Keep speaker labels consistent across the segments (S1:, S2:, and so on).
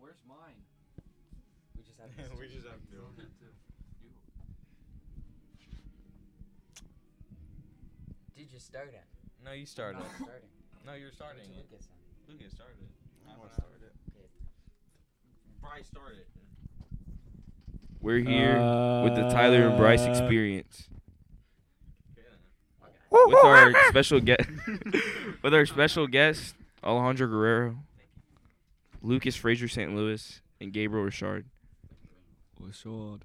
S1: where's mine?
S2: We just have.
S3: We just have
S1: You
S3: to.
S1: own that too. You.
S2: Did you start it? Oh,
S3: No, you started.
S2: No, I'm starting.
S3: No, you're starting.
S2: To
S3: it.
S2: Lucas then.
S3: Lucas started.
S4: I
S3: Half
S4: want
S3: an
S4: to
S3: hour.
S4: start it.
S2: Okay.
S3: Bryce started.
S5: We're here with the Tyler and Bryce
S4: Uh,
S5: experience
S3: Yeah.
S5: with our special guest, with our special guest Alejandro Guerrero, Lucas Fraser St. Louis, and Gabriel Richard.
S1: What's up?
S5: You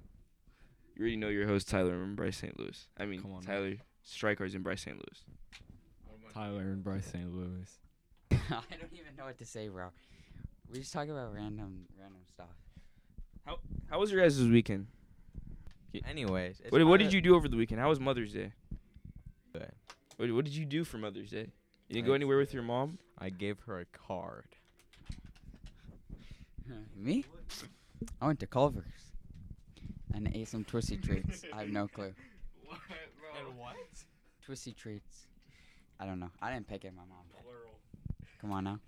S5: already know your host Tyler and Bryce St. Louis. I mean
S1: Come on, man.
S5: Tyler Strikers and Bryce St. Louis.
S1: Tyler and Bryce St. Louis.
S2: I don't even know what to say, bro. We just talk about random, random stuff.
S5: How was your guys' weekend?
S3: Anyways, it's
S5: What, what
S3: kinda-
S5: did you do over the weekend? How was Mother's Day?
S3: Good.
S5: What, what did you do for Mother's Day? You didn't go
S3: I-
S5: anywhere with your mom?
S3: I gave her a card.
S2: Me? I went to Culver's and ate some twisty treats. I have no clue.
S3: What, bro? And what?
S2: Twisty treats. I don't know. I didn't pick it. My mom. did. Come on now.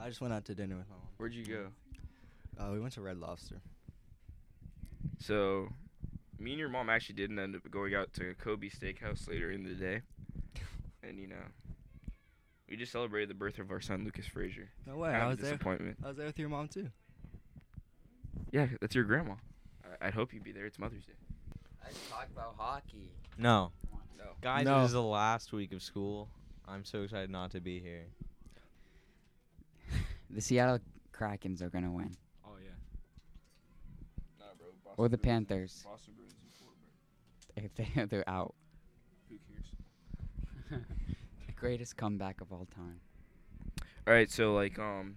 S4: I just went out to dinner with my mom.
S5: Where'd you go?
S4: Uh, we went to Red Lobster.
S5: So, me and your mom actually didn't end up going out to Kobe Steakhouse later in the day, and you know, we just celebrated the birth of our son Lucas Fraser.
S4: No way.
S5: Kind
S4: I
S5: of
S4: was
S5: a
S4: there.
S5: disappointment.
S4: I was there with your mom too.
S5: Yeah, that's your grandma. I- I'd hope you'd be there. It's Mother's Day.
S2: Let's talk about hockey.
S3: No,
S2: Come on.
S3: guys,
S4: No.
S3: this is the last week of school. I'm so excited not to be here.
S2: The Seattle Krakens are gonna win,
S1: Oh yeah.
S5: Nah, bro.
S2: or the Panthers.
S5: Boston Bruins in Florida.
S2: If they they're out.
S5: Who cares?
S2: the greatest comeback of all time.
S5: All right, so like um,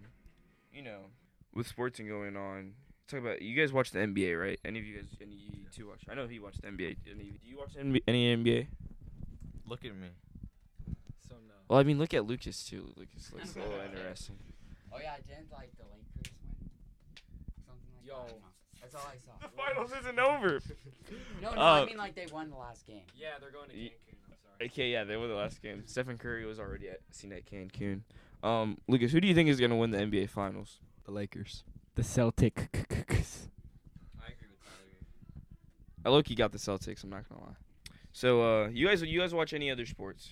S5: you know, with sports and going on, talk about you guys watch the NBA, right? Any of you guys? Any of you two watch? I know he watched the NBA. Any, do you watch NB any NBA?
S3: Look at me.
S1: So no.
S5: Well, I mean, look at Lucas too. Lucas looks a little interesting.
S2: Oh yeah, I didn't like the Lakers win. Something like that. I don't
S1: Yo.
S2: know. That's all I saw.
S5: isn't over.
S2: No, no, I
S5: Uh,
S2: mean like they won the last game.
S1: Yeah, they're going to
S5: Ye-
S1: Cancun. I'm sorry.
S5: Okay, yeah, they were the last game. Stephen Curry was already at seen at Cancun. Um, Lucas, who do you think is gonna win the NBA Finals?
S4: The Lakers.
S1: The Celtics.
S3: I agree with Tyler.
S5: I low-key got the Celtics. I'm not gonna lie. So, uh, you guys, you guys watch any other sports?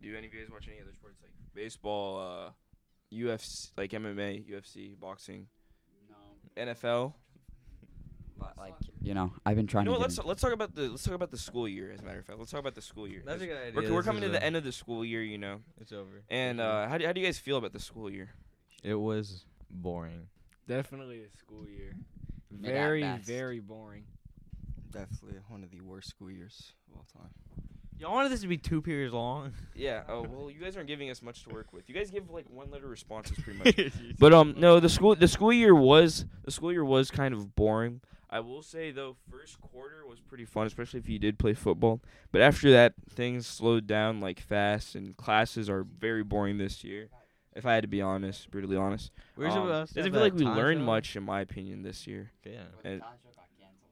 S5: Do any of you guys watch any other sports like baseball, uh, UFC, like MMA, UFC, boxing,
S2: No,
S5: NFL?
S2: but like you know, I've been
S5: You
S2: trying
S5: know what?
S2: to.
S5: Let's
S2: Get
S5: let's talk about the let's talk about the school year. As a matter of fact, let's talk about the school year.
S3: That's a
S5: 'cause
S3: good idea.
S5: We're, we're
S3: This
S5: coming
S3: is
S5: to the
S3: a-
S5: end of the school year, you know.
S3: It's over.
S5: And uh, how do how do you guys feel about the school year?
S3: it was boring.
S1: Definitely a school year.
S2: Mid at
S1: Very
S2: best.
S1: very boring.
S4: Definitely one of the worst school years of all time.
S3: Y'all wanted this to be two periods long.
S5: Yeah. Oh well, you guys aren't giving us much to work with. You guys give like one letter responses pretty much. but um, no, the school the school year was the school year was kind of boring. I will say though, first quarter was pretty fun, especially if you did play football. But after that, things slowed down like fast, and classes are very boring this year. If I had to be honest, brutally honest,
S3: Where's
S5: um,
S3: supposed to have
S5: doesn't feel
S3: a
S5: like we
S3: time
S5: learned
S3: show?
S5: much, in my opinion, this year.
S3: Yeah.
S2: But
S5: and-
S2: the talent show got canceled.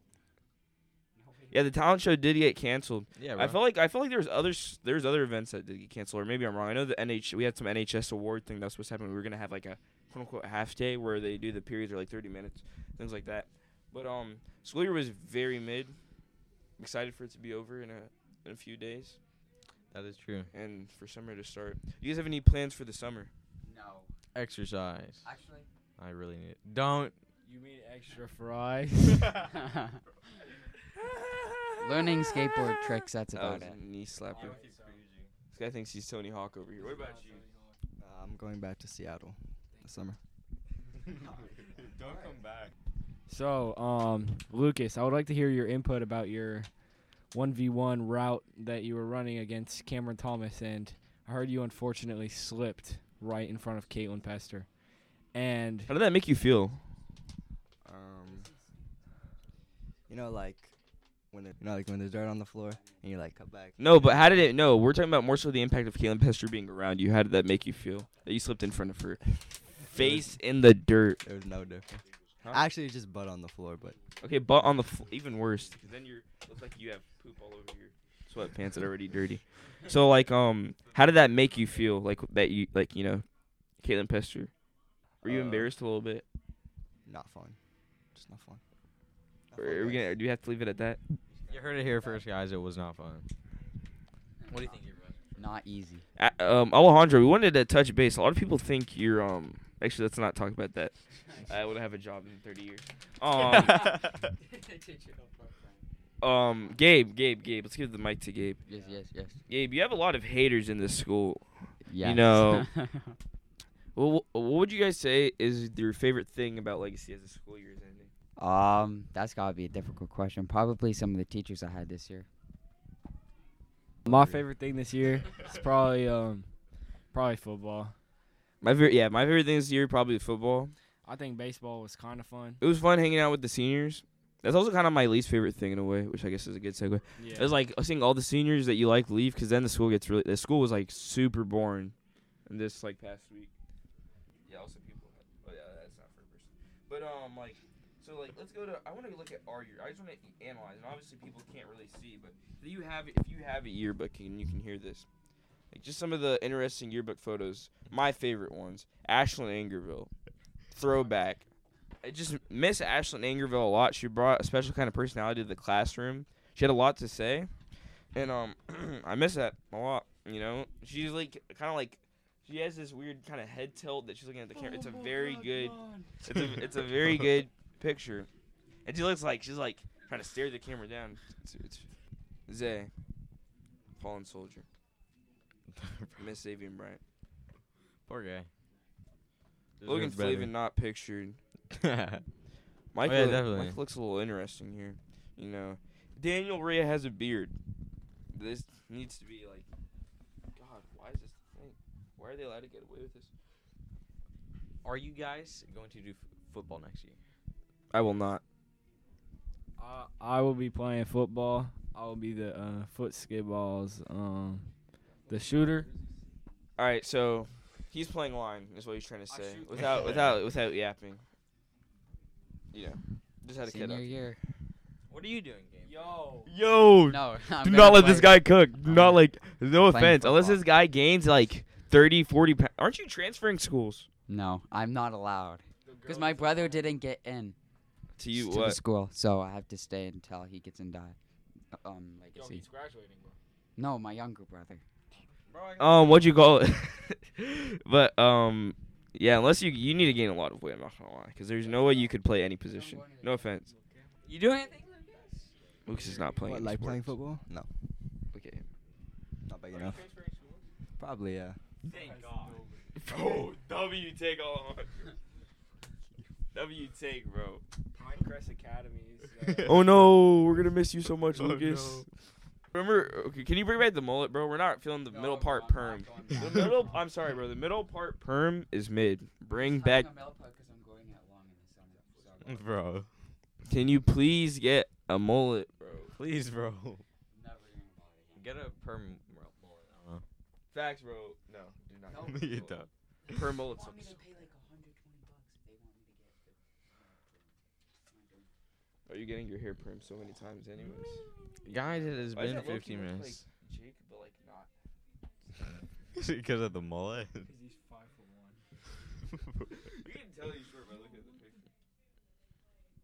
S2: Nobody-
S5: Yeah, the talent show did get canceled.
S3: Yeah.
S5: I felt like I felt like there was other s- there was other events that did get canceled, or maybe I'm wrong. I know the NH we had some NHS award thing that was supposed to happen. We were gonna have like a quote unquote half day where they do the periods are like 30 minutes, things like that. But um, school year was very mid. I'm excited for it to be over in a in a few days
S3: that is true.
S5: and for summer to start. You guys have any plans for the summer?
S2: No,
S3: Exercise.
S2: actually.
S3: I really need. It. Don't.
S1: You mean extra fries?
S2: Learning skateboard tricks. That's
S5: That
S2: about
S5: was
S2: it.
S5: a knee slapper. This guy thinks he's Tony Hawk over here. What about you?
S4: Uh, I'm going back to Seattle this summer.
S3: Don't come back.
S1: So, um, Lucas, I would like to hear your input about your 1v1 route that you were running against Cameron Thomas, and I heard you unfortunately slipped right in front of Caitlin Pester. And
S5: How did that make you feel?
S4: Um, you know, like when the, you know, like when there's dirt on the floor, and you're like, cut back.
S5: No, but how did it? No, we're talking about more so the impact of Caitlin Pester being around you. How did that make you feel? That you slipped in front of her, face in the dirt.
S4: There was no difference.
S5: Huh?
S4: Actually, it's just butt on the floor, but
S5: Okay, but on the fl- even worse. 'cause then you look like you have poop all over your sweatpants that are already dirty. So like, um, how did that make you feel? Like that you like you know, Caitlin Pester. Were you
S4: Uh,
S5: embarrassed a little bit?
S4: not fun. Just not fun. Not fun,
S5: Or are we
S4: guys.
S5: gonna, do we have to leave it at that?
S3: You heard it here first, guys. It was not fun.
S2: What do you think, Not easy.
S5: Uh, um, Alejandro, we wanted to touch base. A lot of people think you're um. Actually, let's not talk about that. I would have a job in 30 years. Um, um, Gabe, Gabe, Gabe. Let's give the mic to Gabe.
S2: yes, yes, yes.
S5: Gabe, you have a lot of haters in this school.
S2: Yes.
S5: know- Well, wh- what would you guys say is your favorite thing about Legacy as the school year is ending?
S2: um, that's gotta be a difficult question. Probably some of the teachers I had this year.
S1: My favorite thing this year is probably um probably football.
S5: My favorite, yeah, my favorite thing this year probably football.
S1: I think baseball was kind of fun.
S5: It was fun hanging out with the seniors. That's also kind of my least favorite thing in a way, which I guess is a good segue.
S1: Yeah.
S5: It was like seeing all the seniors that you like leave because then the school gets really the school was like super boring, and this like past week. Yeah, also people. Oh yeah, that's not for a person. But um, like, so like, let's go to. I want to look at our year. I just want to analyze, and obviously people can't really see, but do you have if you have a yearbook and you can hear this, like just some of the interesting yearbook photos. My favorite ones: Ashlyn Angerville, throwback. I just miss Ashlyn Angerville a lot. She brought a special kind of personality to the classroom she had a lot to say, and um, I miss that a lot. You know, she's like kind of like she has this weird kind of head tilt that she's looking at the camera. It's a very good, it's a it's a very good picture, and she looks like she's like trying to stare the camera down. It's, it's Zay, fallen soldier, Miss Savian Bryant,
S3: Poor guy. Deserves
S5: Logan
S3: better.
S5: Flavin not pictured. Mike,
S3: Mike Oh, yeah,
S5: loo-
S3: definitely.
S5: Mike looks a little interesting here. You know, Daniel Rhea has a beard. This needs to be like, God, why is this thing? Why are they allowed to get away with this?
S3: Are you guys going to do f- football next year?
S5: I will not.
S1: I, I will be playing football. I will be the uh, foot skid balls. Um, the shooter.
S5: All right, so he's playing line, is what he's trying to say, without without without yapping. You know, just had to kid
S2: Senior
S5: up.
S2: year.
S3: What are you doing, game?
S1: Yo.
S5: Yo,
S2: No, I'm
S5: do
S2: gonna
S5: not let
S2: play-
S5: this guy cook. Do
S2: I'm
S5: not like. No
S2: playing
S5: offense, unless
S2: football.
S5: this guy gains like 30, 40 pounds. Aren't you transferring schools?
S2: No, I'm not allowed. Because my brother didn't get in
S5: To you,
S2: to the
S5: what?
S2: school, so I have to stay until he gets in. Die. Um, legacy.
S1: graduating, bro.
S2: No, my younger brother.
S1: Oh.
S5: Um, what'd you call it? but um, yeah, unless you you need to gain a lot of weight. I'm not gonna lie, because there's no way you could play any position. No offense,
S2: You doing anything?
S5: Lucas is not playing.
S4: What,
S5: any
S4: like playing
S5: sports.
S4: football? No,
S5: Okay.
S4: not big enough. Probably yeah.
S5: Thank God. Bro, W take all on. W take, bro.
S1: Pinecrest Academy is. Uh,
S5: Oh no, we're gonna miss you so much, Lucas. Oh, Remember, okay, can you bring back the mullet, bro? We're not feeling the middle part perm. The middle, I'm sorry, bro. The middle part perm is mid. Bring back
S1: Mm.
S3: bro.
S5: Can you please get a mullet, bro?
S3: Please, bro. Get a perm. Well, well,
S5: Facts, bro. No, do
S3: I
S5: not.
S3: don't know. you don't.
S5: Per mullet. Are you getting your hair perm so many times, anyways?
S3: Guys, it has
S5: Why does
S3: been
S5: that low-key
S3: 15
S5: look
S3: minutes.
S5: Like Jake, but like not.
S3: Because of the mullet.
S1: he's five for one.
S5: You can tell he's short by looking at the picture.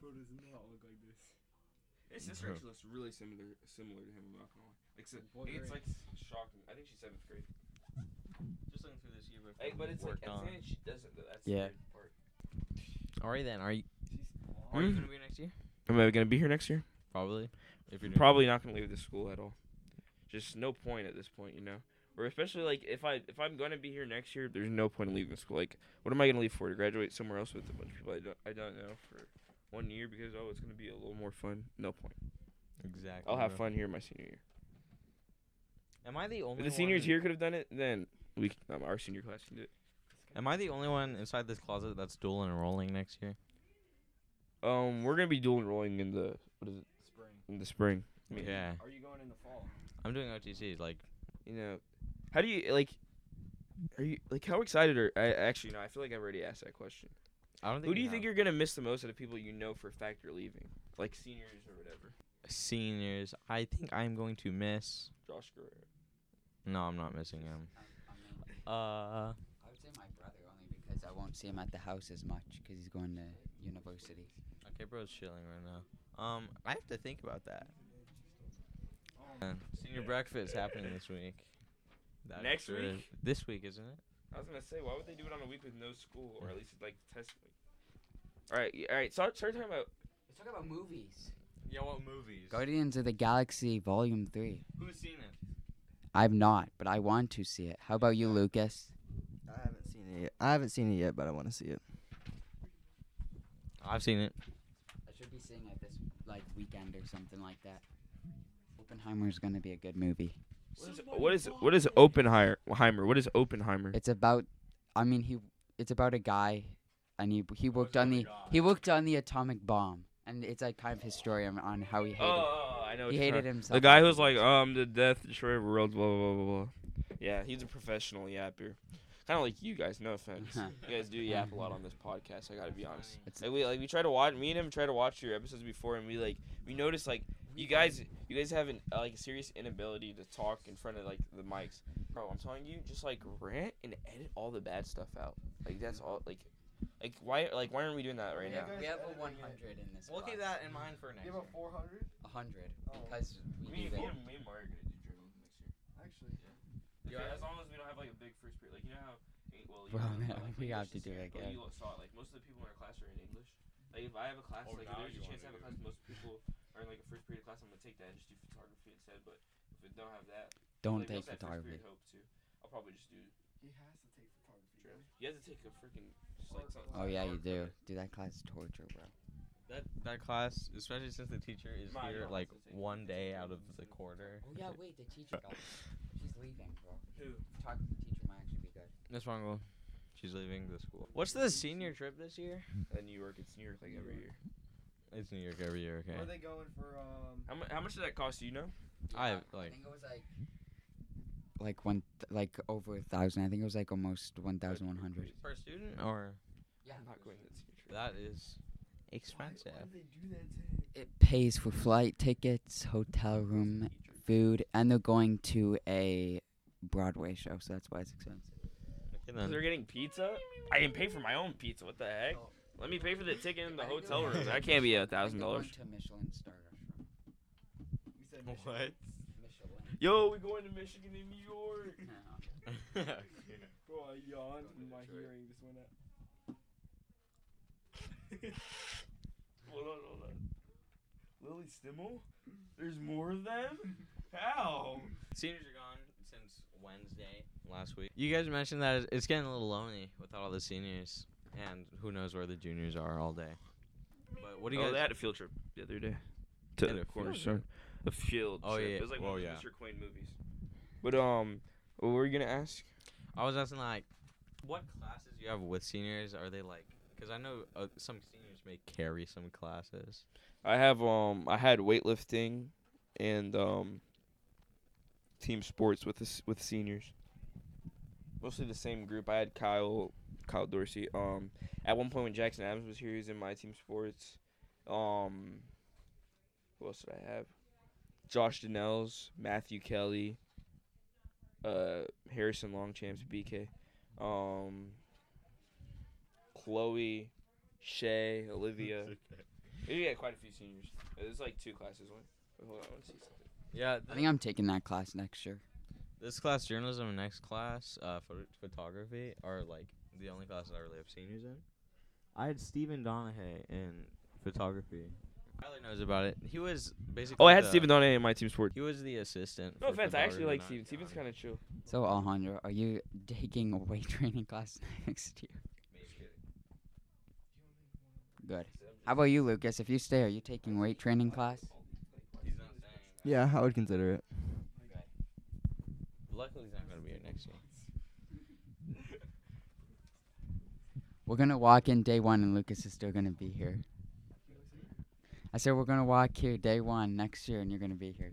S1: Bro does not look like this.
S5: His sister actually looks really similar, similar to him. I'm not gonna lie. Like, so,
S1: What
S5: it's
S1: grade?
S5: like shocking. I think she's seventh grade.
S3: Just looking through this yearbook.
S5: Like, but it's like
S3: Worked
S5: at
S3: on.
S5: the end she doesn't. Though. That's
S2: Yeah.
S5: the weird part.
S3: Alright then, are you?
S5: are you gonna
S3: be next year?
S5: Am I gonna be here next year?
S3: Probably. If you're doing-
S5: Probably not gonna leave this school at all. Just no point at this point, you know. Or especially like if I if I'm gonna be here next year, there's no point in leaving the school. Like, what am I gonna leave for? To graduate somewhere else with a bunch of people I don't I don't know for one year because oh it's gonna be a little more fun. No point.
S3: Exactly.
S5: I'll have
S3: bro.
S5: fun here my senior year.
S3: Am I the only?
S5: If the seniors
S3: one-
S5: here could have done it, then we c- um, our senior class can do it.
S3: Am I the only one inside this closet that's dual enrolling next year?
S5: Um, we're gonna be dual enrolling in the what is it
S1: Spring.
S5: in the spring. I mean,
S3: Yeah.
S1: Are you going in the fall?
S3: I'm doing OTCs. Like,
S5: You know, how do you like? Are you like how excited are I actually? No, I feel like I've already asked that question.
S3: I don't think.
S5: Who do you
S3: we
S5: think
S3: have
S5: you're gonna miss the most out of people you know for a fact are leaving, like seniors or whatever?
S3: seniors? I think I'm going to miss.
S5: Josh Guerrero.
S3: No, I'm not missing him. Uh,
S2: I would say my brother only because I won't see him at the house as much because he's going to university. University.
S3: Okay, bro's chilling right now. Um, I have to think about that. Man, Senior breakfast happening this week. That
S5: Next
S3: sort of-
S5: week?
S3: This week, isn't it?
S5: I was gonna say, why would they do it on a week with no school, or at least like test week? All right, all right. Start, start talking about.
S2: Let's talk about movies.
S3: Yeah, what movies?
S2: Guardians of the Galaxy Volume Three.
S3: Who's seen it?
S2: I've not, but I want to see it. How about you, Lucas?
S4: I haven't seen it. Yet. I haven't seen it yet, but I want to see it.
S3: I've seen it.
S2: I should be seeing it this like weekend or something like that. Oppenheimer's gonna be a good movie.
S5: What is what is Oppenheimer? What is Oppenheimer?
S2: It's about, I mean, he. It's about a guy, and he he worked on the he worked on the atomic bomb, and it's like kind of his story on, on how he hated
S5: Oh, I know. what
S2: he
S5: you're
S2: hated
S5: talking-
S2: himself.
S5: The guy who's like, um, the death destroyer of worlds, blah blah blah blah. blah. Yeah, he's a professional yapper. Kind of like you guys. No offense. you guys do yap a lot on this podcast. I gotta be honest.
S2: It's-
S5: Like we like we try to watch me and him try to watch your episodes before, and we like we noticed like you guys you guys have an uh, like a serious inability to talk in front of like the mics. Bro, I'm telling you, just like rant and edit all the bad stuff out. Like that's all. Like, like why like why aren't we doing that right now?
S2: we have a 100 in this.
S3: We'll keep
S2: class.
S3: that in mind for next. year.
S4: 400?
S2: 100
S4: Oh.
S2: because we
S5: Me,
S2: do that.
S5: me, and, me and Mario are gonna do journal next year.
S4: Actually.
S5: Yeah, as long as we don't have like a big first period, like you know how. eh, Well, you
S2: Bro,
S5: know,
S2: man,
S5: like,
S2: we
S5: English
S2: have to
S5: is
S2: do
S5: here,
S2: it
S5: but
S2: again.
S5: You saw it, like most of the people in our class are in English. Like if I have a class,
S3: Oh,
S5: like if
S3: now
S5: there's
S3: you
S5: a chance I have
S3: wanna
S5: a
S3: do
S5: class, most people are in like a first period class. I'm gonna take that and just do photography instead. But if we don't have that,
S2: Don't
S5: like, we
S2: take
S5: also had first
S2: photography.
S5: period hope too. I'll probably just do
S4: He has to take photography.
S5: journal. You have to take a freaking just like something.
S2: Oh yeah, you do. Dude, that class is torture, bro.
S3: That that class, especially since the teacher is
S5: Ma,
S3: here
S5: you don't
S3: like
S5: have to take-
S3: one day out of the quarter.
S2: Oh yeah, wait, the teacher got. She's leaving, bro.
S5: Who?
S2: Talking to the teacher might actually be good.
S3: What's wrong, Will? She's leaving the school. What's the senior trip this year?
S5: And New York, it's New York like every year.
S3: It's New York every year. Okay.
S4: they going for? Um,
S5: How much? How much did that cost? Do you know?
S3: I,
S2: Yeah,
S3: like-
S2: I think it was like. Like one, th- like over a thousand. I think it was like almost one thousand one hundred.
S3: Per student or
S2: Yeah,
S5: I'm not going to the senior trip.
S3: that is expensive.
S4: they do that to
S2: It pays for flight tickets, hotel room, food, and they're going to a Broadway show, so that's why it's expensive.
S3: Okay,
S5: They're
S3: then.
S5: getting pizza. I didn't pay for my own pizza. What the heck?
S2: Oh.
S5: Let me pay for the ticket in the
S2: I didn't
S5: hotel
S2: know
S5: room.
S2: that.
S5: That can't be a
S2: Like,
S5: thousand
S2: they're going
S5: dollars.
S2: To Michelin star restaurant.
S3: What?
S2: Michelin.
S5: Yo, we going to Michigan and New York.
S4: Bro, I yawned
S5: Go to Detroit.
S4: hearing. This went out.
S5: Hold on, hold on. Lily Stimmel? There's more of them? How?
S3: Seniors are gone since Wednesday last week. You guys mentioned that it's getting a little lonely without all the seniors, and who knows where the juniors are all day. But what do you
S5: oh,
S3: guys?
S5: they had a field trip the other day.
S3: They had a field trip?
S5: A field
S3: Oh,
S5: trip.
S3: yeah.
S5: It was like
S3: Oh,
S5: one of
S3: yeah.
S5: those Mr. Quain movies. But, um, what were you going to ask?
S3: I was asking like, what classes you have with seniors? Are they like? Because I know uh, some seniors may carry some classes.
S5: I have, um, I had weightlifting and, um, team sports with the, s- with seniors. Mostly the same group. I had Kyle, Kyle Dorsey. Um, at one point when Jackson Adams was here, he was in my team sports. Um, who else did I have? Josh Donnells, Matthew Kelly, uh, Harrison Longchamps, BK, um, Chloe, Shay,
S4: uh,
S5: Olivia. We got quite a few seniors. Uh, There's like two classes. One. wait, Hold on, I want to see something.
S3: Yeah,
S2: I think I'm taking that class next year.
S3: this class journalism and next class uh, photo- photography are like the only classes I really have seniors in. I had Stephen Donahue in photography. Tyler knows about it. He was basically.
S5: Oh, I had
S3: the-
S5: Stephen Donahue in my team sports.
S3: He was the assistant.
S5: No
S3: for
S5: offense, I actually
S3: photography when
S5: like
S3: I
S5: Steven.
S3: was
S5: Steven's
S3: young.
S5: kind of chill.
S2: So Alejandro, are you taking a weight training class next year? Good. How about you, Lucas? If you stay, are you taking weight training class?
S3: He's not saying.
S4: Yeah, I would consider it.
S3: Luckily, he's not gonna be here next year.
S2: We're gonna walk in day one, and Lucas is still gonna be here. I said we're gonna walk here day one next year, and you're gonna be here.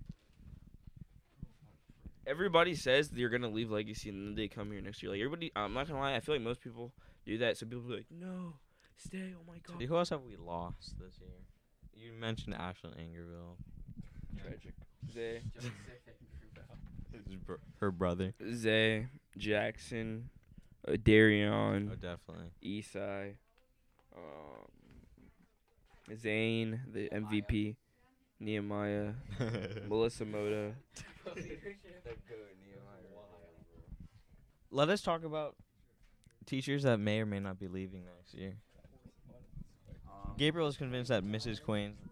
S5: Everybody says that you're gonna leave legacy, and then they come here next year. Like everybody, I'm not gonna lie. I feel like most people do that. So people be like, "No, stay." Oh my god.
S3: Who else have we lost this year? You mentioned Ashlyn Angerville.
S5: Tragic. Zay,
S3: her brother.
S5: Zay, Jackson, uh, Darion,
S3: Oh, definitely.
S5: Esai, um, Zane, the MVP, Nehemiah, Melissa Moda.
S3: Let us talk about teachers that may or may not be leaving next year. Gabriel is convinced that Mrs. Queen's Um,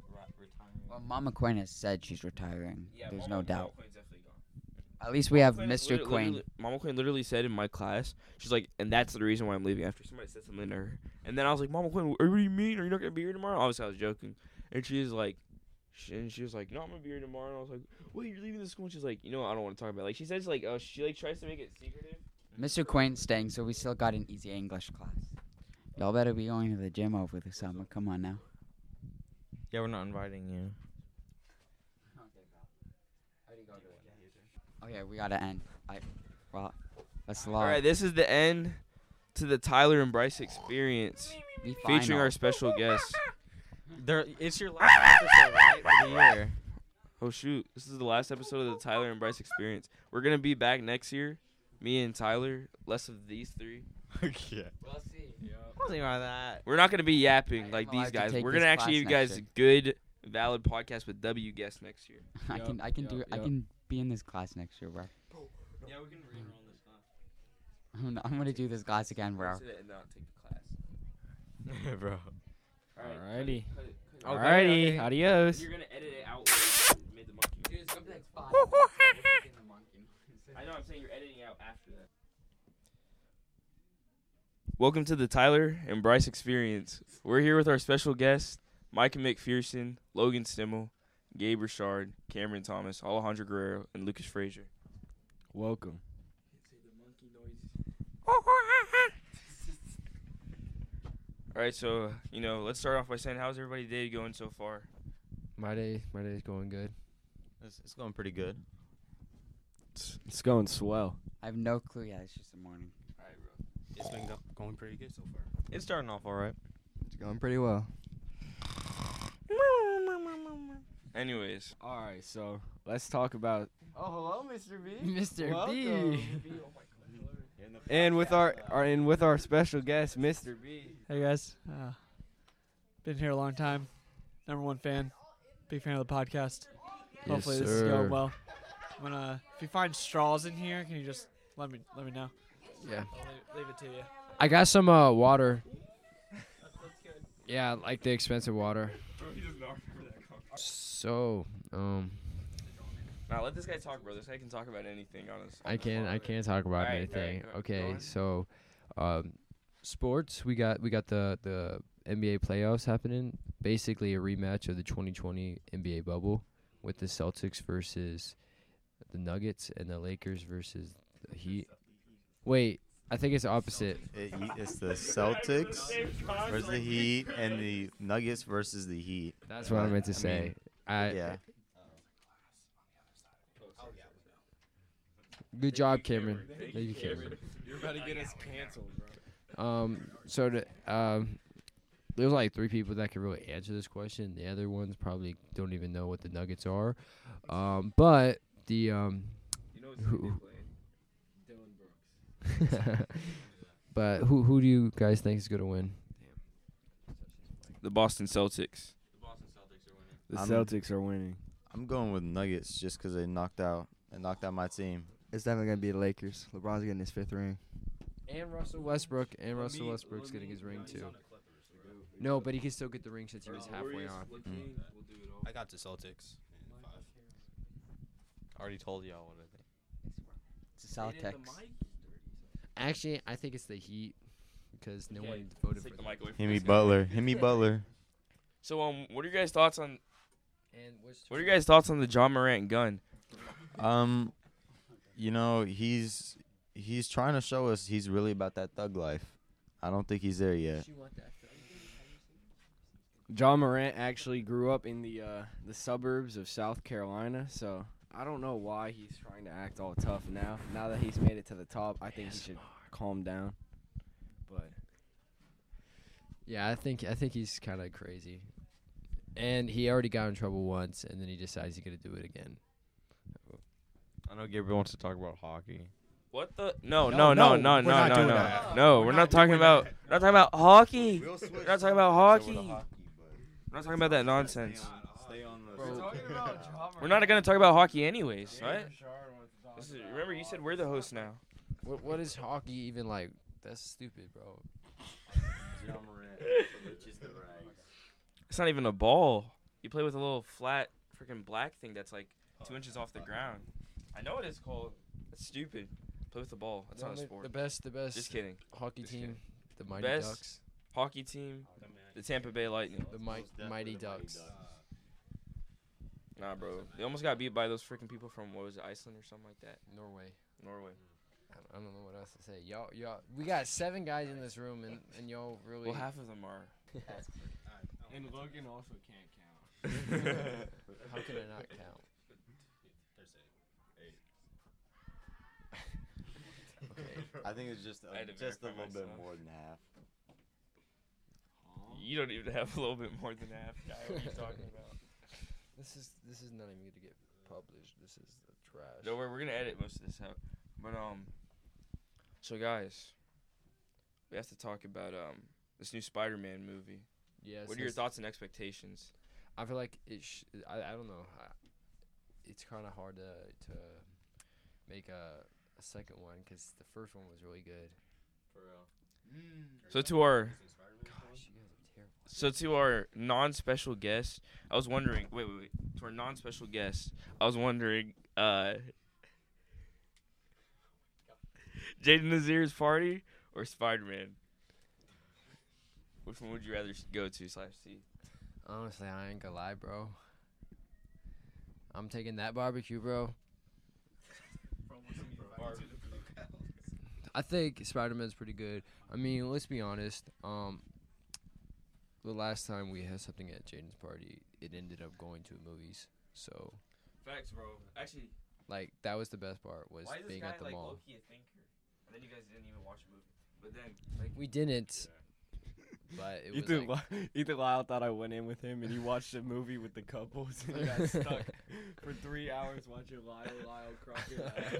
S2: Well, Mama Quinn has said she's retiring. There's no doubt.
S5: definitely gone.
S2: At least we have
S5: Quinn
S2: Mr.
S5: literally-
S2: Quinn.
S5: literally- Mama Quinn literally said in my class, she's like, and that's the reason why I'm leaving after somebody said something to her. And then I was like, Mama Quinn, what do you mean? Are you not going to be here tomorrow? Obviously, I was joking. And she's like, sh- and she was like, no, I'm going to be here tomorrow. And I was like, wait, you're leaving the school? And she's like, you know, what? I don't want to talk about it. Like, she says, like, oh, she, like, tries to make it secretive.
S2: Mr. Quain's staying, so we still got an easy English class. Y'all better be going to the gym over the summer. Come on now.
S3: Yeah, we're not inviting you.
S2: Oh yeah, we gotta end. I, well, that's the
S5: All right, this is the end to the Tyler and Bryce experience
S2: The
S5: featuring
S2: final.
S5: our special guest.
S3: There, it's your last episode right, for the year.
S5: Oh shoot! This is the last episode of the Tyler and Bryce Experience. We're gonna be back next year. Me and Tyler, less of these three.
S3: yeah. Nothing wrong with that.
S5: We're not gonna be yapping
S2: am
S5: like
S2: allowed
S5: these
S2: to
S5: guys.
S2: take
S5: We're
S2: this
S5: gonna actually
S2: class
S5: give you
S2: next
S5: guys
S2: year.
S5: good, valid podcast with W guests next year.
S2: I
S1: Yup,
S2: can I can do
S1: yup,
S2: I
S1: yup.
S2: can be in this class next year, bro.
S5: Yeah, we can re-enroll this class.
S2: I'm, not- I'm gonna do this class again, bro.
S3: Bro.
S1: Alrighty.
S5: Okay,
S1: Alrighty.
S5: okay.
S1: Adios.
S5: You're gonna edit it out. later than Mid the monkey. I know. I'm saying you're editing out after that. Welcome to the Tyler and Bryce Experience. We're here with our special guests, Micah McPherson, Logan Stimmel, Gabe Richard, Cameron Thomas, Alejandro Guerrero, and Lucas Frazier.
S1: Welcome.
S5: All right, so uh, you know, let's start off by saying, how's everybody day going so far?
S6: My day, my day's going good.
S3: It's, it's going pretty good.
S1: It's, it's going swell.
S2: I have no clue yet. It's just the morning.
S7: It's been go- going pretty good so far.
S3: It's starting off all right.
S4: It's going pretty well.
S5: Anyways,
S1: All right, so let's talk about.
S4: Oh, hello, Mr. B.
S2: Mr. B.
S4: Welcome.
S1: And with our, our and with our special guest, Mr. B.
S7: Hey guys, uh, been here a long time. Number one fan, big fan of the podcast. Hopefully this is going well. I'm gonna. If you find straws in here, can you just let me let me know?
S6: Yeah.
S7: I'll leave, leave it to you.
S6: I got some uh, water. Yeah, I like the expensive water. So, um,
S5: now let this guy talk, bro. This guy can talk about anything, honestly.
S6: I can I can talk about
S5: Alright, alright,
S6: anything.
S5: go- go
S6: okay,
S5: on.
S6: so, um, sports. We got we got the the NBA playoffs happening. Basically, a rematch of the 2020 NBA bubble with the Celtics versus the Nuggets and the Lakers versus the Heat. Wait, I think it's opposite.
S8: It, it's the Celtics versus the Heat and the Nuggets versus the Heat.
S6: That's what I meant to say.
S8: mean,
S6: I,
S8: yeah.
S6: Good job, Cameron. Thank you, Cameron.
S1: You're about to get us canceled, bro.
S6: Um, so to, um, there's like three people that can really answer this question. The other ones probably don't even know what the Nuggets are. Um, but the um,
S5: You know,
S6: who- but who who do you guys think is gonna win?
S5: the Boston Celtics.
S1: The
S8: I'm-
S1: Celtics are winning.
S8: I'm going with Nuggets just 'cause they knocked out they knocked out my team.
S4: It's definitely gonna be the Lakers. LeBron's getting his fifth ring.
S6: And Russell Westbrook, and Russell Westbrook's getting his ring too. No, but he can still get the ring since he was halfway on.
S7: I got the Celtics.
S3: already told y'all what I think.
S2: It's the Celtics.
S6: Actually, I think it's the Heat because no
S5: Okay,
S6: one voted for
S5: Take the
S6: them.
S5: mic away from
S8: Himmy
S5: this guy.
S8: Butler. Himmy Butler.
S5: So, um, what are your guys' thoughts on
S6: And what's
S5: what are your guys' thoughts on the John Morant gun?
S8: Um you know, he's he's trying to show us he's really about that thug life. I don't think he's there yet.
S1: John Morant actually grew up in the uh, the suburbs of South Carolina, so I don't know why he's trying to act all tough now. Now that he's made it to the top, I think he should calm down. But
S6: Yeah, I think I think he's kind of crazy, and he already got in trouble once, and then he decides he's gonna do it again.
S3: I know Gabriel wants to talk about hockey.
S5: What the? No, no,
S7: No,
S5: no, no, no,
S7: no,
S5: no,
S7: we're not
S5: no,
S7: doing
S5: no.
S7: that.
S5: No,
S7: We're
S5: we're
S7: not
S5: not talking
S7: doing
S5: about.
S7: that.
S5: We're not talking about hockey. We're not talking about hockey. We're not talking about that nonsense.
S8: Stay on the.
S5: We're not gonna talk about hockey anyways, right? This is- remember, you said we're the host now.
S6: What what is hockey even like? That's stupid, bro.
S5: It's not even a ball. You play with a little flat freaking black thing that's like two inches off the ground. I know what it's called. That's stupid. Play with the ball. That's
S6: The
S5: not a
S6: only- The
S5: sport.
S6: best, the best
S5: Just kidding.
S6: hockey
S5: Just
S6: team,
S5: kidding.
S6: the Mighty
S5: Best-
S6: Ducks,
S5: Hockey team, the Tampa Bay Lightning.
S6: the mi- Mighty Ducks.
S5: Nah, bro. They almost got beat by those freaking people from what was it, Iceland or something like that.
S6: Norway.
S5: Norway.
S6: I don't- I don't know what else to say. Y'all, y'all, we got seven guys in this room, and, and y'all really.
S5: Well, half of them are.
S1: And Logan also can't count.
S6: how can I not count?
S8: I think it's just
S5: I had to
S8: just a
S5: verify
S8: little bit
S5: myself.
S8: more than half.
S5: You don't even have a little bit more than half. Guy. What are you talking about?
S6: This is this is not even gonna get published. This is the trash.
S5: No, we're, we're gonna edit most of this out. But um, so guys, we have to talk about um this new Spider-Man movie.
S6: Yes.
S5: what are your
S6: that's-
S5: thoughts and expectations?
S6: I feel like it. Sh- I I don't know. I, it's kind of hard to to make a, a second one because the first one was really good.
S5: So to our
S6: Gosh, you guys are terrible.
S5: so to our non-special guest, I was wondering. Wait, wait, wait. To our non-special guest, I was wondering. uh Jaden Nazir's party or Spider-Man? Which one would you rather s- go to slash see?
S6: Honestly, I ain't gonna lie, bro. I'm taking that barbecue, bro. I think Spider Man's pretty good. I mean, let's be honest. Um, the last time we had something at Jaden's party, it ended up going to movies. So,
S5: Facts, bro. Actually,
S6: like, that was the best part was being at the mall.
S5: low-key a thinker? And then you guys didn't even watch a movie. But then, like,
S6: We didn't, but it was
S1: Ethan,
S6: like,
S1: Li- Ethan Lyle thought I went in with him, and he watched a movie with the couples and got stuck for three hours watching Lyle Lyle Crocker.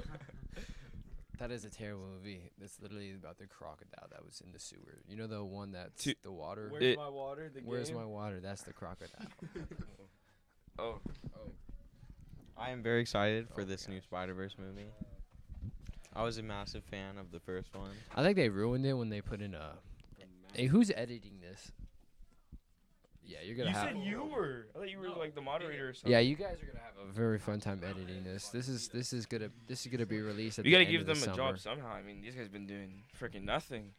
S6: that is a terrible movie. That's literally about the crocodile that was in the sewer. You know the one that's
S5: To-
S6: the water.
S1: Where's
S5: It-
S1: my water? The
S6: Where's
S1: game?
S6: my water? That's the crocodile.
S5: oh,
S3: I am very excited for
S6: Oh my
S3: this new Spider Verse movie. I was a massive fan of the first one.
S6: I think they ruined it when they put in a. Hey, who's editing this? Yeah, you're gonna
S5: you
S6: have.
S5: said you were. I thought you were like the moderator or something.
S6: yeah, you guys are gonna have a very fun time editing this. This is this is gonna this is gonna be released. At
S5: You
S6: the
S5: gotta
S6: end
S5: give
S6: of the
S5: them a
S6: summer.
S5: job somehow. I mean, these guys been doing freaking nothing.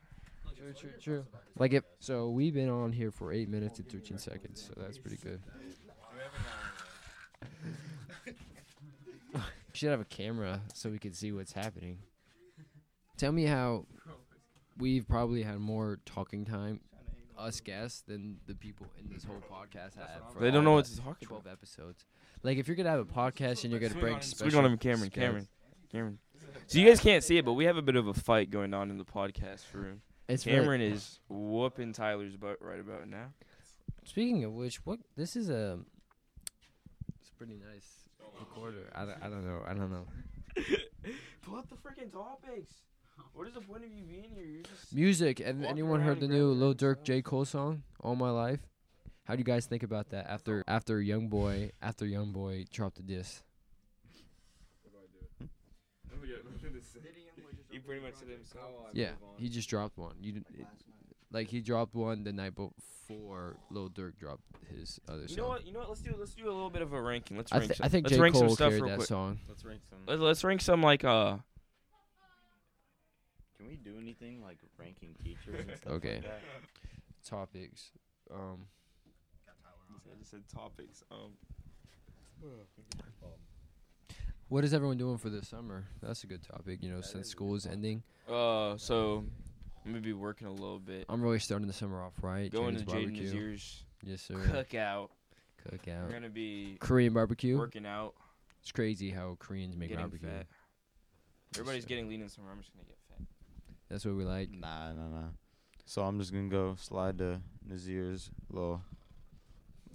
S6: True, true, true. Like if so, we've been on here for eight minutes and thirteen seconds, so that's pretty good. Should have a camera so we could see what's happening. Tell me how we've probably had more talking time, us guests, than the people in this whole podcast have. for
S5: They don't
S6: all
S5: know
S6: the
S5: what to talk about.
S6: Twelve episodes. Like if you're gonna have a podcast and you're gonna
S5: Sweet
S6: break
S5: on him,
S6: special,
S5: sweet on him, Cameron.
S6: schedule-
S5: Cameron. Cameron. So you guys can't see it, but we have a bit of a fight going on in the podcast room.
S6: it's really-
S5: Cameron is whooping Tyler's butt right about now.
S6: Speaking of which, what this is a it's a pretty nice recorder. I don't, I don't know. I don't know.
S5: Pull up the freaking topics. What is the point of you being here? You're just
S6: Music. Have
S5: Walking
S6: anyone
S5: around
S6: heard the
S5: and
S6: new
S5: grabbing
S6: Lil
S5: random
S6: Durk
S5: sounds.
S6: J Cole song? All my life. How do you guys think about that after after Young Boy after Young Boy dropped a diss?
S5: you pretty much said it himself.
S6: Yeah, he just dropped one. You didn't, it- like he dropped one the night before Lil Durk dropped his other
S5: You
S6: song.
S5: know what? You know what? Let's do let's do a little bit of a ranking. Let's
S6: I,
S5: rank.
S6: th-
S5: some,
S6: I think
S5: let's
S6: J
S5: rank
S6: Cole
S5: some stuff
S6: carried
S5: real
S6: that
S5: quick.
S6: song.
S8: Let's rank some.
S5: Let- Let's rank some like uh.
S8: Can we do anything like ranking teachers and stuff?
S6: Okay. Topics. Um.
S5: I just said topics. Um.
S6: What is everyone doing for the summer? That's a good topic, you know, since school is ending.
S5: Uh. So I'm gonna be working a little bit.
S6: I'm really starting the summer off right.
S5: Going
S6: Oh, Jaden's
S5: to Jaden Nazir's
S6: Yes, sir.
S5: cookout. We're
S6: Cookout.
S5: gonna be
S6: Korean barbecue.
S5: working out,
S6: It's crazy how Koreans make
S5: getting
S6: barbecue.
S5: fat. Everybody's
S6: sir.
S5: getting lean in summer. I'm just gonna get fat.
S6: That's what we like.
S8: Nah, nah, nah. So I'm just gonna go slide to Nazir's little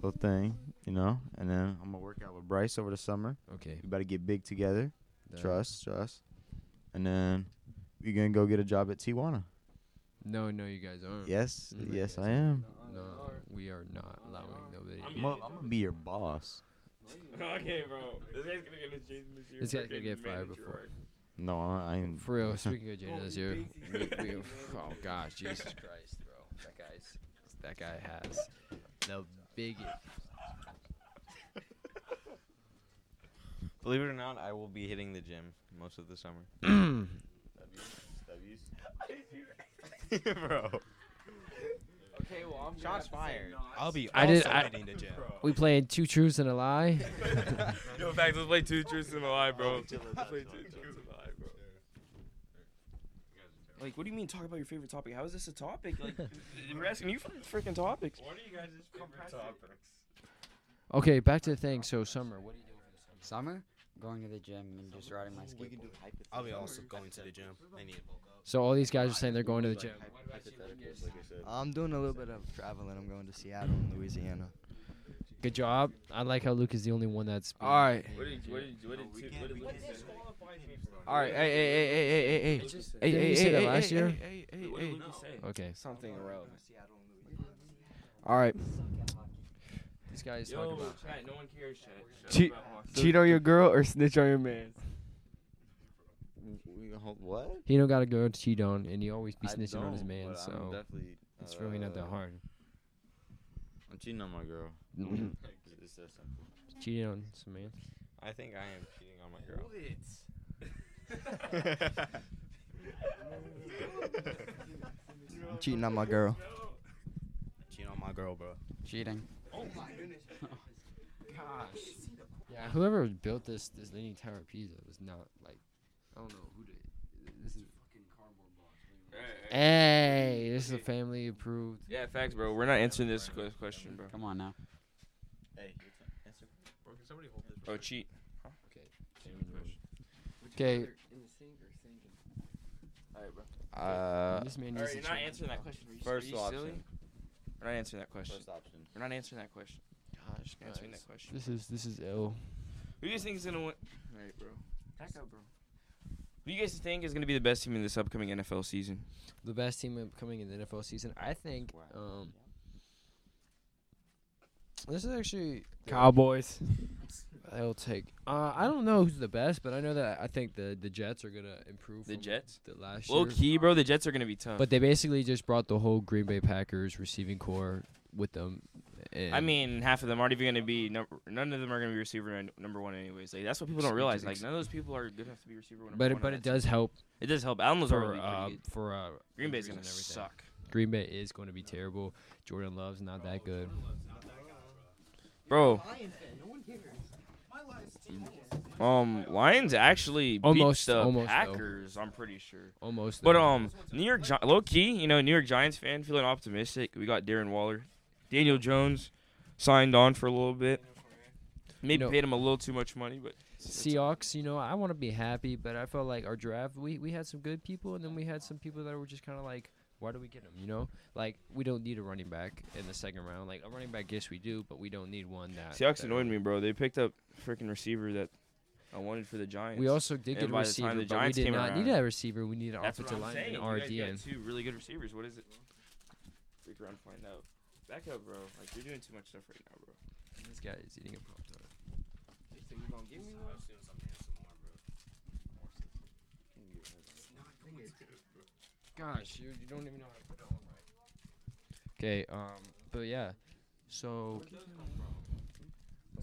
S8: little thing, you know, and then I'm gonna work out with Bryce over the summer.
S6: Okay.
S8: We better get big together.
S6: that-
S8: Trust, trust. And then we gonna go get a job at Tijuana.
S6: No, no, you guys aren't.
S8: Yes,
S6: No, you
S8: yes,
S6: guys
S8: I am.
S6: No, we are not allowing nobody.
S8: I'm gonna be your boss.
S5: okay, bro. This guy's gonna get a Jason this year.
S6: This guy's gonna
S5: freaking
S6: get fired
S5: manager
S6: before-
S5: award.
S8: No, I am.
S6: For real, speaking of Jaden this year,
S1: we-
S6: we- oh gosh, Jesus Christ, bro, that guy's that guy has the biggest.
S3: Believe it or not, I will be hitting the gym most of the summer. Bro.
S5: Okay, well, I'm
S3: Shots fired.
S9: I'll be.
S6: I did-
S9: also
S6: I-
S9: hitting the gym.
S6: We playing two truths and a lie.
S5: Yo, fact, let's play two truths and a lie, bro. Let's play two truths and a lie, bro. Like, what do you mean talk about your favorite topic? How is this a topic? Like, we're asking you for freaking topics. What are you guys' favorite topics?
S6: Okay, back to the thing. So summer, what do you
S2: Summer, going to the gym and just riding my skateboard.
S9: I'll be also going to the gym. I need
S6: So all these guys are saying they're going to the gym.
S4: I'm doing a little bit of traveling. I'm going to Seattle, and Louisiana.
S6: Good job. I like how Luke is the only one that's.
S1: All right.
S5: What did, what did, what did, two, what did Lucas say?
S1: All right. Hey, hey, hey, hey, hey, hey, hey. Hey,
S6: Didn't
S1: hey,
S6: you say
S1: hey,
S6: that
S1: hey,
S6: last
S1: hey,
S6: year?
S1: Hey, hey,
S5: What did
S1: hey, hey.
S5: Lucas say?
S6: Okay.
S1: Something irrelevant. All right.
S6: These guys
S5: Yo,
S6: talking about.
S5: chat, no one cares, chat. Shut
S1: Cheat-
S5: up about hockey.
S1: Cheat on your girl or snitch on your man?
S8: What?
S6: He don't gotta go to cheat on, and he always be
S8: I
S6: snitching on his
S8: don't,
S6: man.
S8: but I'm
S6: So
S8: definitely,
S6: it's really not that
S8: uh,
S6: hard.
S8: I'm cheating on my girl. It's that simple.
S6: Cheating on some man.
S3: I think I am cheating on my girl.
S4: I'm cheating on my girl.
S9: Cheating on my girl, bro.
S2: Cheating.
S6: Yeah, whoever built this this leaning tower of Pisa was not like, I don't know who did. This is fucking cardboard box. Hey, this is a family approved.
S5: Yeah, facts, bro. We're not answering this que- question, bro.
S2: Come on now.
S5: Oh, cheat.
S6: Okay,
S8: Uh,
S6: this man
S5: All
S6: needs
S5: right,
S6: to
S5: you're not
S6: change.
S5: answering that question. Are you,
S3: First
S5: are you
S3: option.
S5: silly? We're not answering that question.
S8: first option.
S5: We're not answering that question.
S6: Gosh,
S5: We're not answering
S6: guys.
S5: that question.
S6: This is this is ill.
S5: Who do you think is gonna win? All right, bro. Back up, bro. Who do you guys think is gonna be the best team in this upcoming NFL season?
S6: The best team coming in the NFL season, I think. Um, this is actually
S1: Cowboys.
S6: I'll take. Uh, I don't know who's the best, but I know that I think the the Jets are gonna improve.
S5: The
S6: from
S5: Jets?
S6: The last
S5: Low
S6: year.
S5: key, bro. The Jets are gonna be tough.
S6: But they basically just brought the whole Green Bay Packers receiving core with them. And
S5: I mean, half of them aren't even gonna be. Number, none of them are gonna be receiver n- number one, anyways. Like that's what people don't realize. Like none of those people are good enough to be receiver number
S6: but
S5: one.
S6: it, but
S5: on
S6: it
S5: that
S6: does help
S5: team. It does help. Allen's
S6: for
S5: already
S6: uh,
S5: pretty good.
S6: for uh,
S5: Green Bay's
S6: injuries
S5: gonna
S6: and everything.
S5: suck.
S6: Green Bay is going to be terrible. Jordan Love's not that good.
S5: Bro. Um, Lions actually
S6: Almost-
S5: beat the
S6: almost, though.
S5: Packers. I'm pretty sure.
S6: Almost.
S5: But
S6: though.
S5: um, New York Gi- low key, you know, New York Giants fan feeling optimistic. We got Darren Waller, Daniel Jones signed on for a little bit. Maybe
S6: No.
S5: paid him a little too much money, but
S6: Seahawks, you know, I want to be happy, but I felt like our draft, we, we had some good people, and then we had some people that were just kind of like, why do we get them? You know, like we don't need a running back in the second round. Like a running back, yes, we do, but we don't need one that.
S5: Seahawks
S6: that-
S5: annoyed me, bro. They picked up freaking receiver that I wanted for the Giants.
S6: We also did
S5: And
S6: get a
S5: by the time
S6: receiver,
S5: the
S6: but we
S5: Giants
S6: did
S5: came
S6: not need
S5: around-
S6: a receiver. We needed an
S5: That's
S6: offensive
S5: what I'm
S6: lineman
S5: saying.
S6: and
S5: You
S6: RDN.
S5: guys got two really good receivers. What is it? Freak around, and find out. Back up, bro. Like you're doing too much stuff right now, bro.
S6: This guy is eating a pop tart. Gosh, you, you don't even know how to put it on right. Okay, um, but yeah, so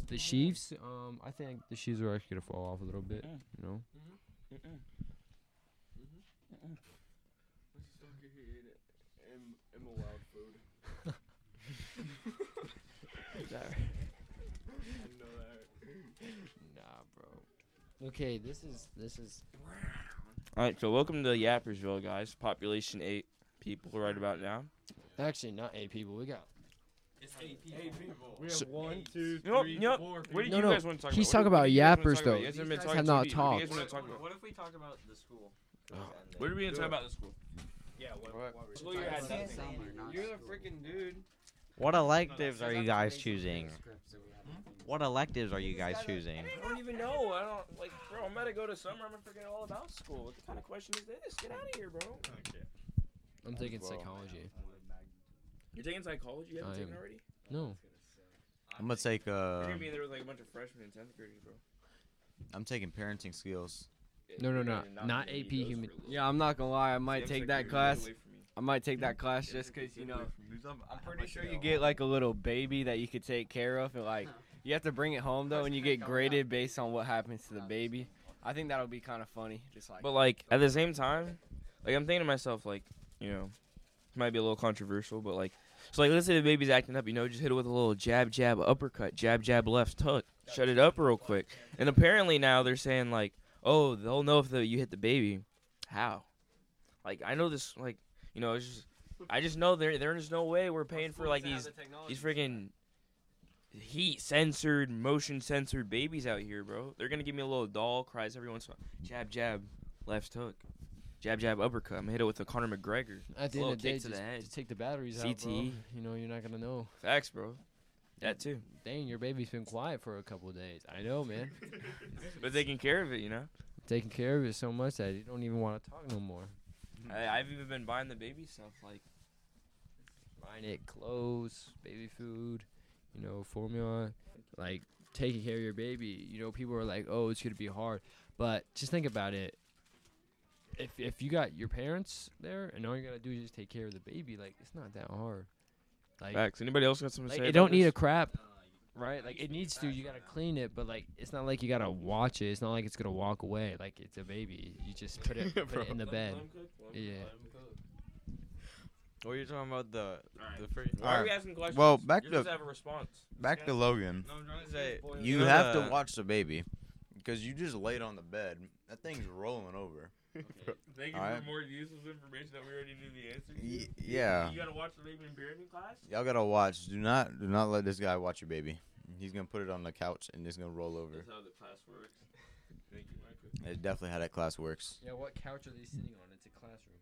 S6: the Chiefs, um, I think the Chiefs are actually gonna fall off a little bit.
S5: Mm.
S6: You know, nah, bro. Okay, this is this is
S5: All right, so welcome to Yappersville, guys. Population eight people right about now.
S6: actually not eight people. We got
S1: We have one, two,
S5: Nope, nope. What do
S6: No,
S5: you
S6: no.
S5: guys want to talk
S6: He's
S5: about?
S6: talking
S5: What do
S6: about
S5: you guys wanna
S6: yappers,
S5: talk about?
S6: though.
S5: You guys haven't
S6: These
S5: been
S6: guys
S5: talking
S6: have
S5: TV.
S6: not
S5: What do you guys wanna talk about?
S9: if we talk about the school?
S5: What are we gonna talk about this school?
S1: freaking dude.
S3: What electives are you guys choosing? What electives are you guys choosing?
S5: I don't even know. I don't like, bro. I'm about to go to summer. I'm gonna forget all about school. What kind of question is this? Get out of here, bro.
S6: I'm taking psychology.
S5: You're taking psychology? You haven't
S6: I
S5: taken
S6: am. Um,
S5: already?
S6: No.
S8: I'm gonna take. Uh,
S5: You're gonna be in there with like a bunch of freshmen and tenth graders, bro.
S8: I'm taking parenting skills.
S6: No, no,
S5: You're
S6: no.
S5: gonna
S6: Not
S5: be able
S6: AP
S5: to use those
S6: human.
S5: for a little
S1: Yeah, I'm not gonna lie. I
S5: See,
S1: might
S5: I'm
S1: take
S5: sick
S1: that
S5: of it. Get
S1: class.
S5: away from me.
S1: I might take that class just because you know. I'm pretty sure you get like a little baby that you could take care of, and like you have to bring it home though, and you get graded based on what happens to the baby. I think that'll be kind of funny, just like.
S5: But like at the same time, like I'm thinking to myself, like you know, it might be a little controversial, but like, so like let's say the baby's acting up, you know, just hit it with a little jab, jab, uppercut, jab, jab, left hook, shut it up real quick. And apparently now they're saying like, oh, they'll know if the, you hit the baby. How? Like I know this, like you know, it's just I just know there there's no way we're paying for like these these freaking heat censored, motion censored babies out here, bro. They're gonna give me a little doll cries every once in a while. Jab, jab, left hook, jab, jab, uppercut. I'm gonna hit it with a Conor McGregor.
S6: At the end
S5: Little
S6: of the day,
S5: kick to
S6: just,
S5: the head.
S6: just take the batteries out, bro.
S5: CTE.
S6: You know, you're not gonna know.
S5: Facts, bro. That too.
S6: Dang, your baby's been quiet for a couple of days. I know, man.
S5: But taking care of it, you know.
S6: Taking care of it so much that you don't even want to talk no more.
S5: I, I've even been buying the baby stuff. Like,
S6: Buying it clothes, baby food, you know, formula, like taking care of your baby. You know, people are like, "Oh, it's gonna be hard," but just think about it. If if you got your parents there and all you gotta do is just take care of the baby, like it's not that hard. Like,
S5: facts. Anybody else got something to
S6: like
S5: say?
S6: it
S5: about
S6: don't need a
S5: this?
S6: crap, right? Like it needs to. You gotta clean it, but like it's not like you gotta watch it. It's not like it's gonna walk away. Like it's a baby. You just put it, put it in the bed. Yeah.
S3: What are you talking about? The the first.
S5: Why are
S8: Alright.
S5: we asking questions?
S8: Well, back
S5: You're
S8: to-
S5: supposed have a response.
S8: Back to Logan.
S3: No, I'm trying to say
S8: You
S3: know
S8: have
S3: the-
S8: to watch the baby, because you just laid on the bed. That thing's rolling over.
S5: Thank
S8: you for Alright.
S5: more useless information that we already knew the answer
S8: Y- yeah.
S5: gotta watch the baby in parenting class.
S8: Y'all gotta watch. Do not do not let this guy watch your baby. He's gonna put it on the couch and it's gonna roll over.
S5: That's how the class works. Thank you, Michael.
S8: That's definitely how that class works.
S6: Yeah. What couch are they sitting on? It's a classroom.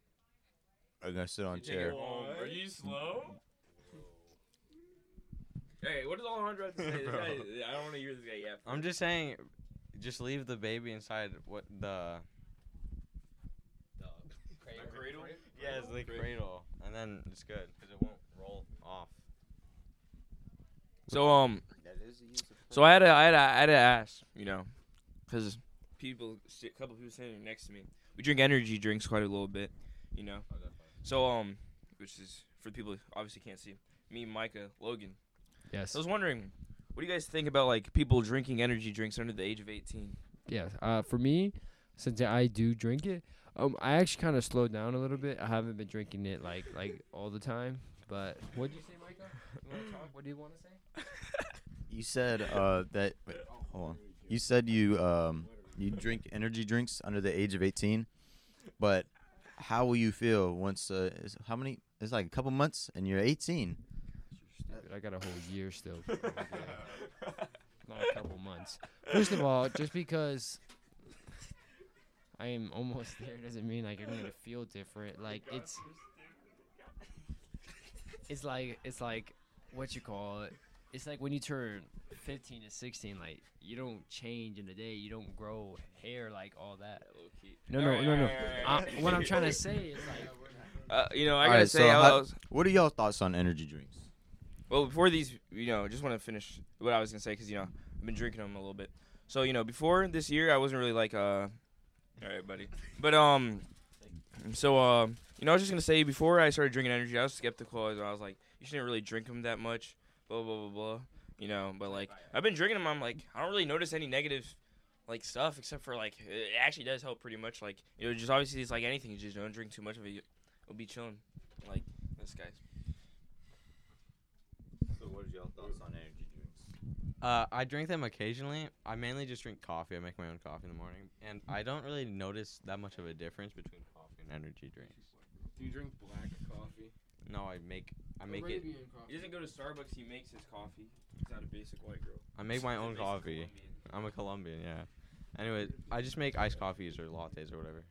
S8: I'm gonna sit on a
S5: You take it
S8: chair.
S5: home. Are you slow? Hey, what does Alejandro have to say? This guy, I don't want to hear this guy yet.
S3: I'm just saying, just leave the baby inside. What the?
S5: The cradle?
S3: Yes, the cradle, and then it's good because it won't roll off.
S5: So um, so I had to I had to, I had to ask, you know, because people, a couple people sitting next to me, we drink energy drinks quite a little bit, you know. So um, which is for the people who obviously can't see me, Micah, Logan.
S6: Yes.
S5: So I was wondering, what do you guys think about like people drinking energy drinks under the age of 18?
S6: yeah. Uh, for me, since I do drink it, um, I actually kind of slowed down a little bit. I haven't been drinking it like like all the time. But what do you say, Michael? You wanna talk? What do you want to say?
S8: You said uh that. Wait, hold on. You said you um you drink energy drinks under the age of 18, but how will you feel once? Uh, is, how many? It's like a couple months and you're 18.
S6: Dude, I got a whole year still. before I get it. Not a couple months. First of all, just because I am almost there doesn't mean like I'm gonna feel different. Like it's it's like it's like what you call it. It's like when you turn 15 to 16, like you don't change in a day. You don't grow hair like all that. No, no, no, no. Uh, what I'm trying to say is like
S5: Uh, you know, I
S8: All
S5: gotta
S8: right,
S5: say,
S8: so
S5: I
S8: how-
S5: was,
S8: What are y'all thoughts on energy drinks?
S5: well, before these, you know, just want to finish what I was gonna say because you know I've been drinking them a little bit. So you know, before this year, I wasn't really like, uh, all right, buddy. But um, so um, you know, I was just gonna say before I started drinking energy, I was skeptical. I was, I was like, you shouldn't really drink them that much. Blah blah blah blah. You know, but like I've been drinking them, I'm like, I don't really notice any negative. Like stuff, except for like, it actually does help pretty much. Like, you know, just obviously it's like anything. You just don't drink too much of it. you- It'll be chilling. Like this guy's.
S8: So what are y'all thoughts on energy drinks?
S3: Uh, I drink them occasionally. I mainly just drink coffee. I make my own coffee in the morning, and
S6: Mm-hmm.
S3: I don't really notice that much of a difference between coffee and energy drinks.
S1: Do you drink black coffee?
S3: No, I make I make it.
S5: He doesn't go to Starbucks. He makes his coffee. He's not a basic white girl.
S3: I make my own coffee. I'm a Colombian, yeah. Anyway, I just make iced coffees or lattes or whatever.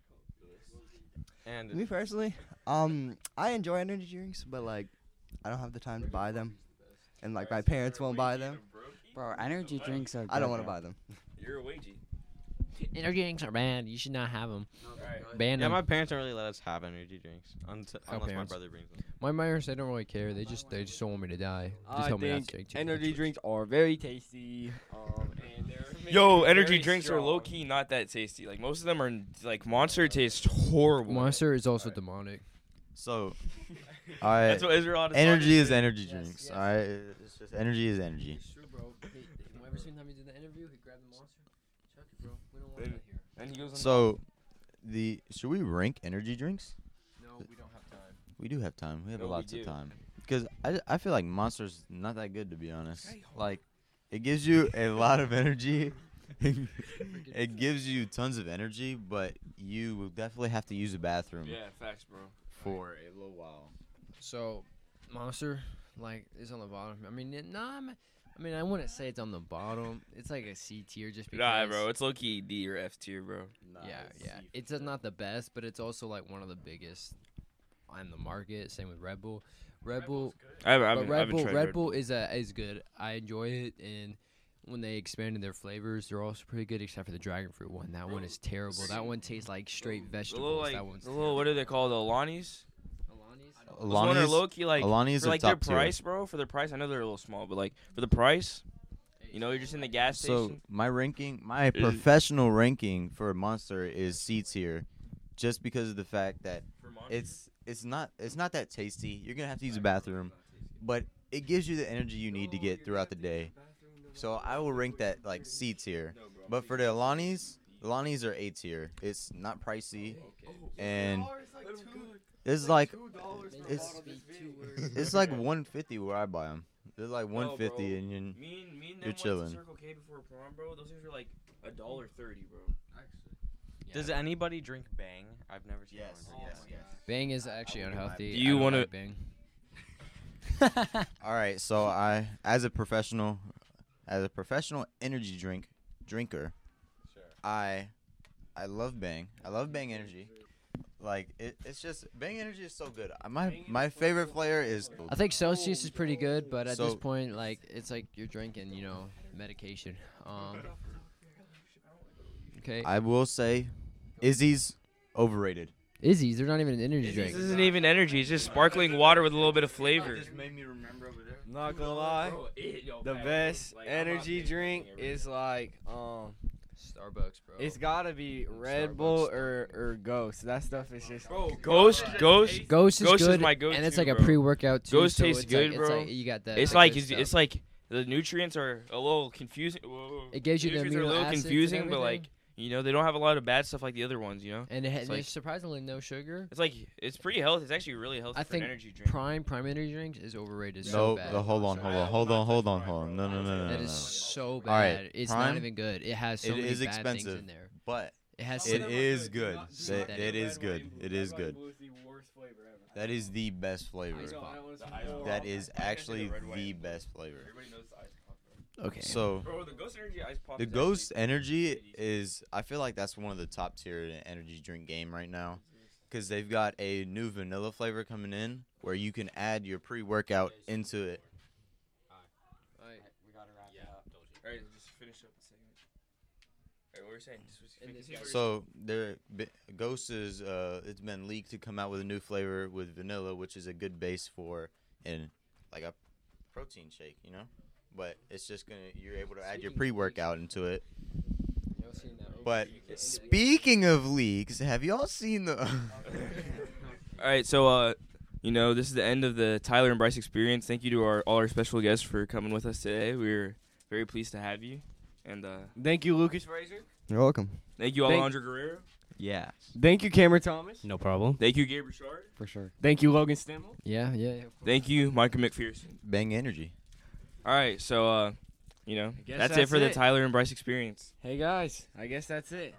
S3: And
S4: Me personally, um, I enjoy energy drinks, but like, I don't have the time to buy them, and like my parents won't buy them.
S2: Bro, energy drinks are.
S4: I don't want to
S2: good, bro.
S4: buy them.
S5: You're a wagie.
S6: energy drinks are bad. You should not have them. Ban
S3: Yeah,
S6: them.
S3: my parents don't really let us have energy drinks unt-
S6: Our
S3: unless my
S6: parents.
S3: brother brings them.
S6: My parents, they don't really care. They just they just don't want me to die. They
S1: I
S6: tell me not to
S1: think
S6: drink too
S1: energy
S6: much.
S1: drinks are very tasty. Um, and they're
S5: Yo,
S1: very
S5: energy drinks are
S1: strong.
S5: low key not that tasty. Like most of them are like Monster tastes horrible.
S6: Monster is also demonic.
S8: So, I
S5: That's what Israel Adesanya
S8: energy is
S5: did.
S8: energy
S6: Yes,
S8: drinks.
S6: yes.
S8: I it's just energy is energy.
S6: true, bro. Whoever seen time he did the interview, he grabbed the monster. Chuck it, bro. We don't
S5: want that
S6: here.
S5: And he goes on
S8: So, the should we rank energy drinks?
S6: No, we don't have time.
S8: We do have time. We have
S5: No, we
S8: lots
S5: do.
S8: of time. Because I, I feel like Monster's not that good to be honest. Like it gives you a lot of energy. it gives you tons of energy, but you will definitely have to use a bathroom
S5: yeah, facts, bro.
S8: for a little while.
S6: So, monster like is on the bottom. I mean, it, nah, I'm- I mean I wouldn't say it's on the bottom. It's like a C tier just because.
S5: Nah, bro, it's low key D or F tier, bro.
S6: yeah, yeah. It's uh, not the best, but it's also like one of the biggest on the market. Same with Red Bull. Red Bull,
S5: I haven't, I
S6: but
S5: haven't, I
S6: Red
S5: haven't
S6: Bull,
S5: tried
S6: Red Bull is uh, is good. I enjoy it, and when they expanded their flavors, they're also pretty good, except for the dragon fruit one. That one is terrible. That one tastes like straight
S5: The little
S6: vegetables.
S5: like
S6: that one's
S5: the little what are they called? The Alani's. Those one are
S8: Alani's,
S5: low key like
S8: Alani's
S5: for
S8: are
S5: like
S8: top
S5: their
S8: tier.
S5: price, bro. For their price, I know they're a little small, but like for the price, you know, you're just in the gas
S8: So
S5: station.
S8: my ranking, my professional ranking for Monster is C tier, just because of the fact that it's it's not it's not that tasty. You're gonna have to use a bathroom, but it gives you the energy you need to get throughout the day. So I will rank that like C tier. But for the Alani's, Alani's are A tier. It's not pricey, and it's like it's it's like 150 where I buy them. They're like 150 and
S5: Me
S8: you
S5: and me and them
S8: You're
S5: went
S8: chilling.
S5: to Circle K before prom, bro. Those things were like a dollar thirty, bro.
S3: Does anybody drink Bang? I've never seen
S8: Yes,
S3: one.
S8: yes, yes.
S6: Bang is actually
S8: wouldn't
S6: unhealthy.
S5: Do you
S6: want
S5: wanna-
S6: to bang?
S8: All right, so I, as a professional, as a professional energy drink drinker, I, I love Bang. I love Bang Energy. Like it, it's just Bang Energy is so good. I- My my favorite flavor is.
S6: I think Celsius is pretty good, but at this
S8: So-
S6: point, like it's like you're drinking, you know, medication. Um. Okay.
S8: I will say, Izzy's overrated.
S6: Izzy's, they're not even an energy
S5: This
S6: drink.
S5: isn't even energy. It's just sparkling water with a little bit of flavor.
S8: made me remember over there.
S1: Not gonna lie, the best energy drink is like um,
S6: Starbucks, bro.
S1: it's gotta be Red
S6: Starbucks
S1: Bull
S6: Starbucks.
S1: or or Ghost. That stuff is just
S5: Bro, Ghost, Ghost.
S6: Ghost is
S5: Ghost is
S6: good,
S5: my
S6: and it's
S5: go-to,
S6: like a
S5: bro.
S6: pre-workout too.
S5: Ghost
S6: so
S5: tastes
S6: it's like-
S5: good, bro.
S6: It's like you got the.
S5: It's
S6: the
S5: like
S6: good
S5: it's,
S6: stuff.
S5: it's like the nutrients are a little confusing. Whoa, whoa, whoa.
S6: It gives you the
S5: nutrients are a
S6: amino
S5: little
S6: acids and
S5: confusing, but
S6: everything.
S5: like you know, they don't have a lot of bad stuff like the other ones. You know,
S6: and it has
S5: it's like-
S6: there's surprisingly no sugar.
S5: it's like it's pretty healthy. It's actually really healthy
S6: I
S5: for
S6: think
S5: an energy drink.
S6: Prime prime energy drinks is overrated so
S8: No,
S6: bad.
S8: no, hold on, hold on, hold on, hold on, hold on. No, no, no, no, no.
S6: That
S8: no.
S6: is so bad.
S8: All right,
S6: it's
S8: Prime,
S6: not even good. It has so
S8: it
S6: many
S8: is
S6: bad things
S8: expensive.
S6: in there.
S8: But
S6: It has.
S8: it
S6: so-
S8: is good. It-
S6: that
S8: it
S6: red
S8: is good. It is good. That is the best flavor. That is actually the best flavor.
S6: okay.
S8: So
S5: Bro, the Ghost Energy Ice Pop.
S8: the Ghost Energy is, I feel like that's one of the top tier energy drink game right now, because they've got a new vanilla flavor coming in where you can add your pre workout into it.
S5: All right, just finish up the segment. All right, what were you saying? Just was-
S6: And this
S5: you
S6: guy-
S5: were-
S8: So there, b- Ghost is, uh, it's been leaked to come out with a new flavor with vanilla, which is a good base for in like a protein shake, you know. But it's just gonna, you're able to add your pre workout into it. But speaking of leaks, have y'all seen the?
S5: All right, so uh, you know, this is the end of the Tyler and Bryce experience. Thank you to our all our special guests for coming with us today. We're very pleased to have you, and uh,
S1: Thank you, Lucas.
S4: You're welcome.
S5: thank you,
S1: Thank-
S5: Alejandro Guerrero.
S4: Yeah,
S1: Thank you, Cameron Thomas.
S9: No problem.
S5: Thank you, Gabriel Shard.
S4: for sure.
S1: Thank you, Logan Stimmel.
S6: yeah, yeah. yeah.
S5: Thank you, Michael McPherson.
S8: Bang energy.
S5: All right, so uh, you know,
S1: guess
S5: that's, it
S1: that's
S5: for the
S1: it.
S5: Tyler and Bryce experience.
S1: Hey guys, I guess that's it.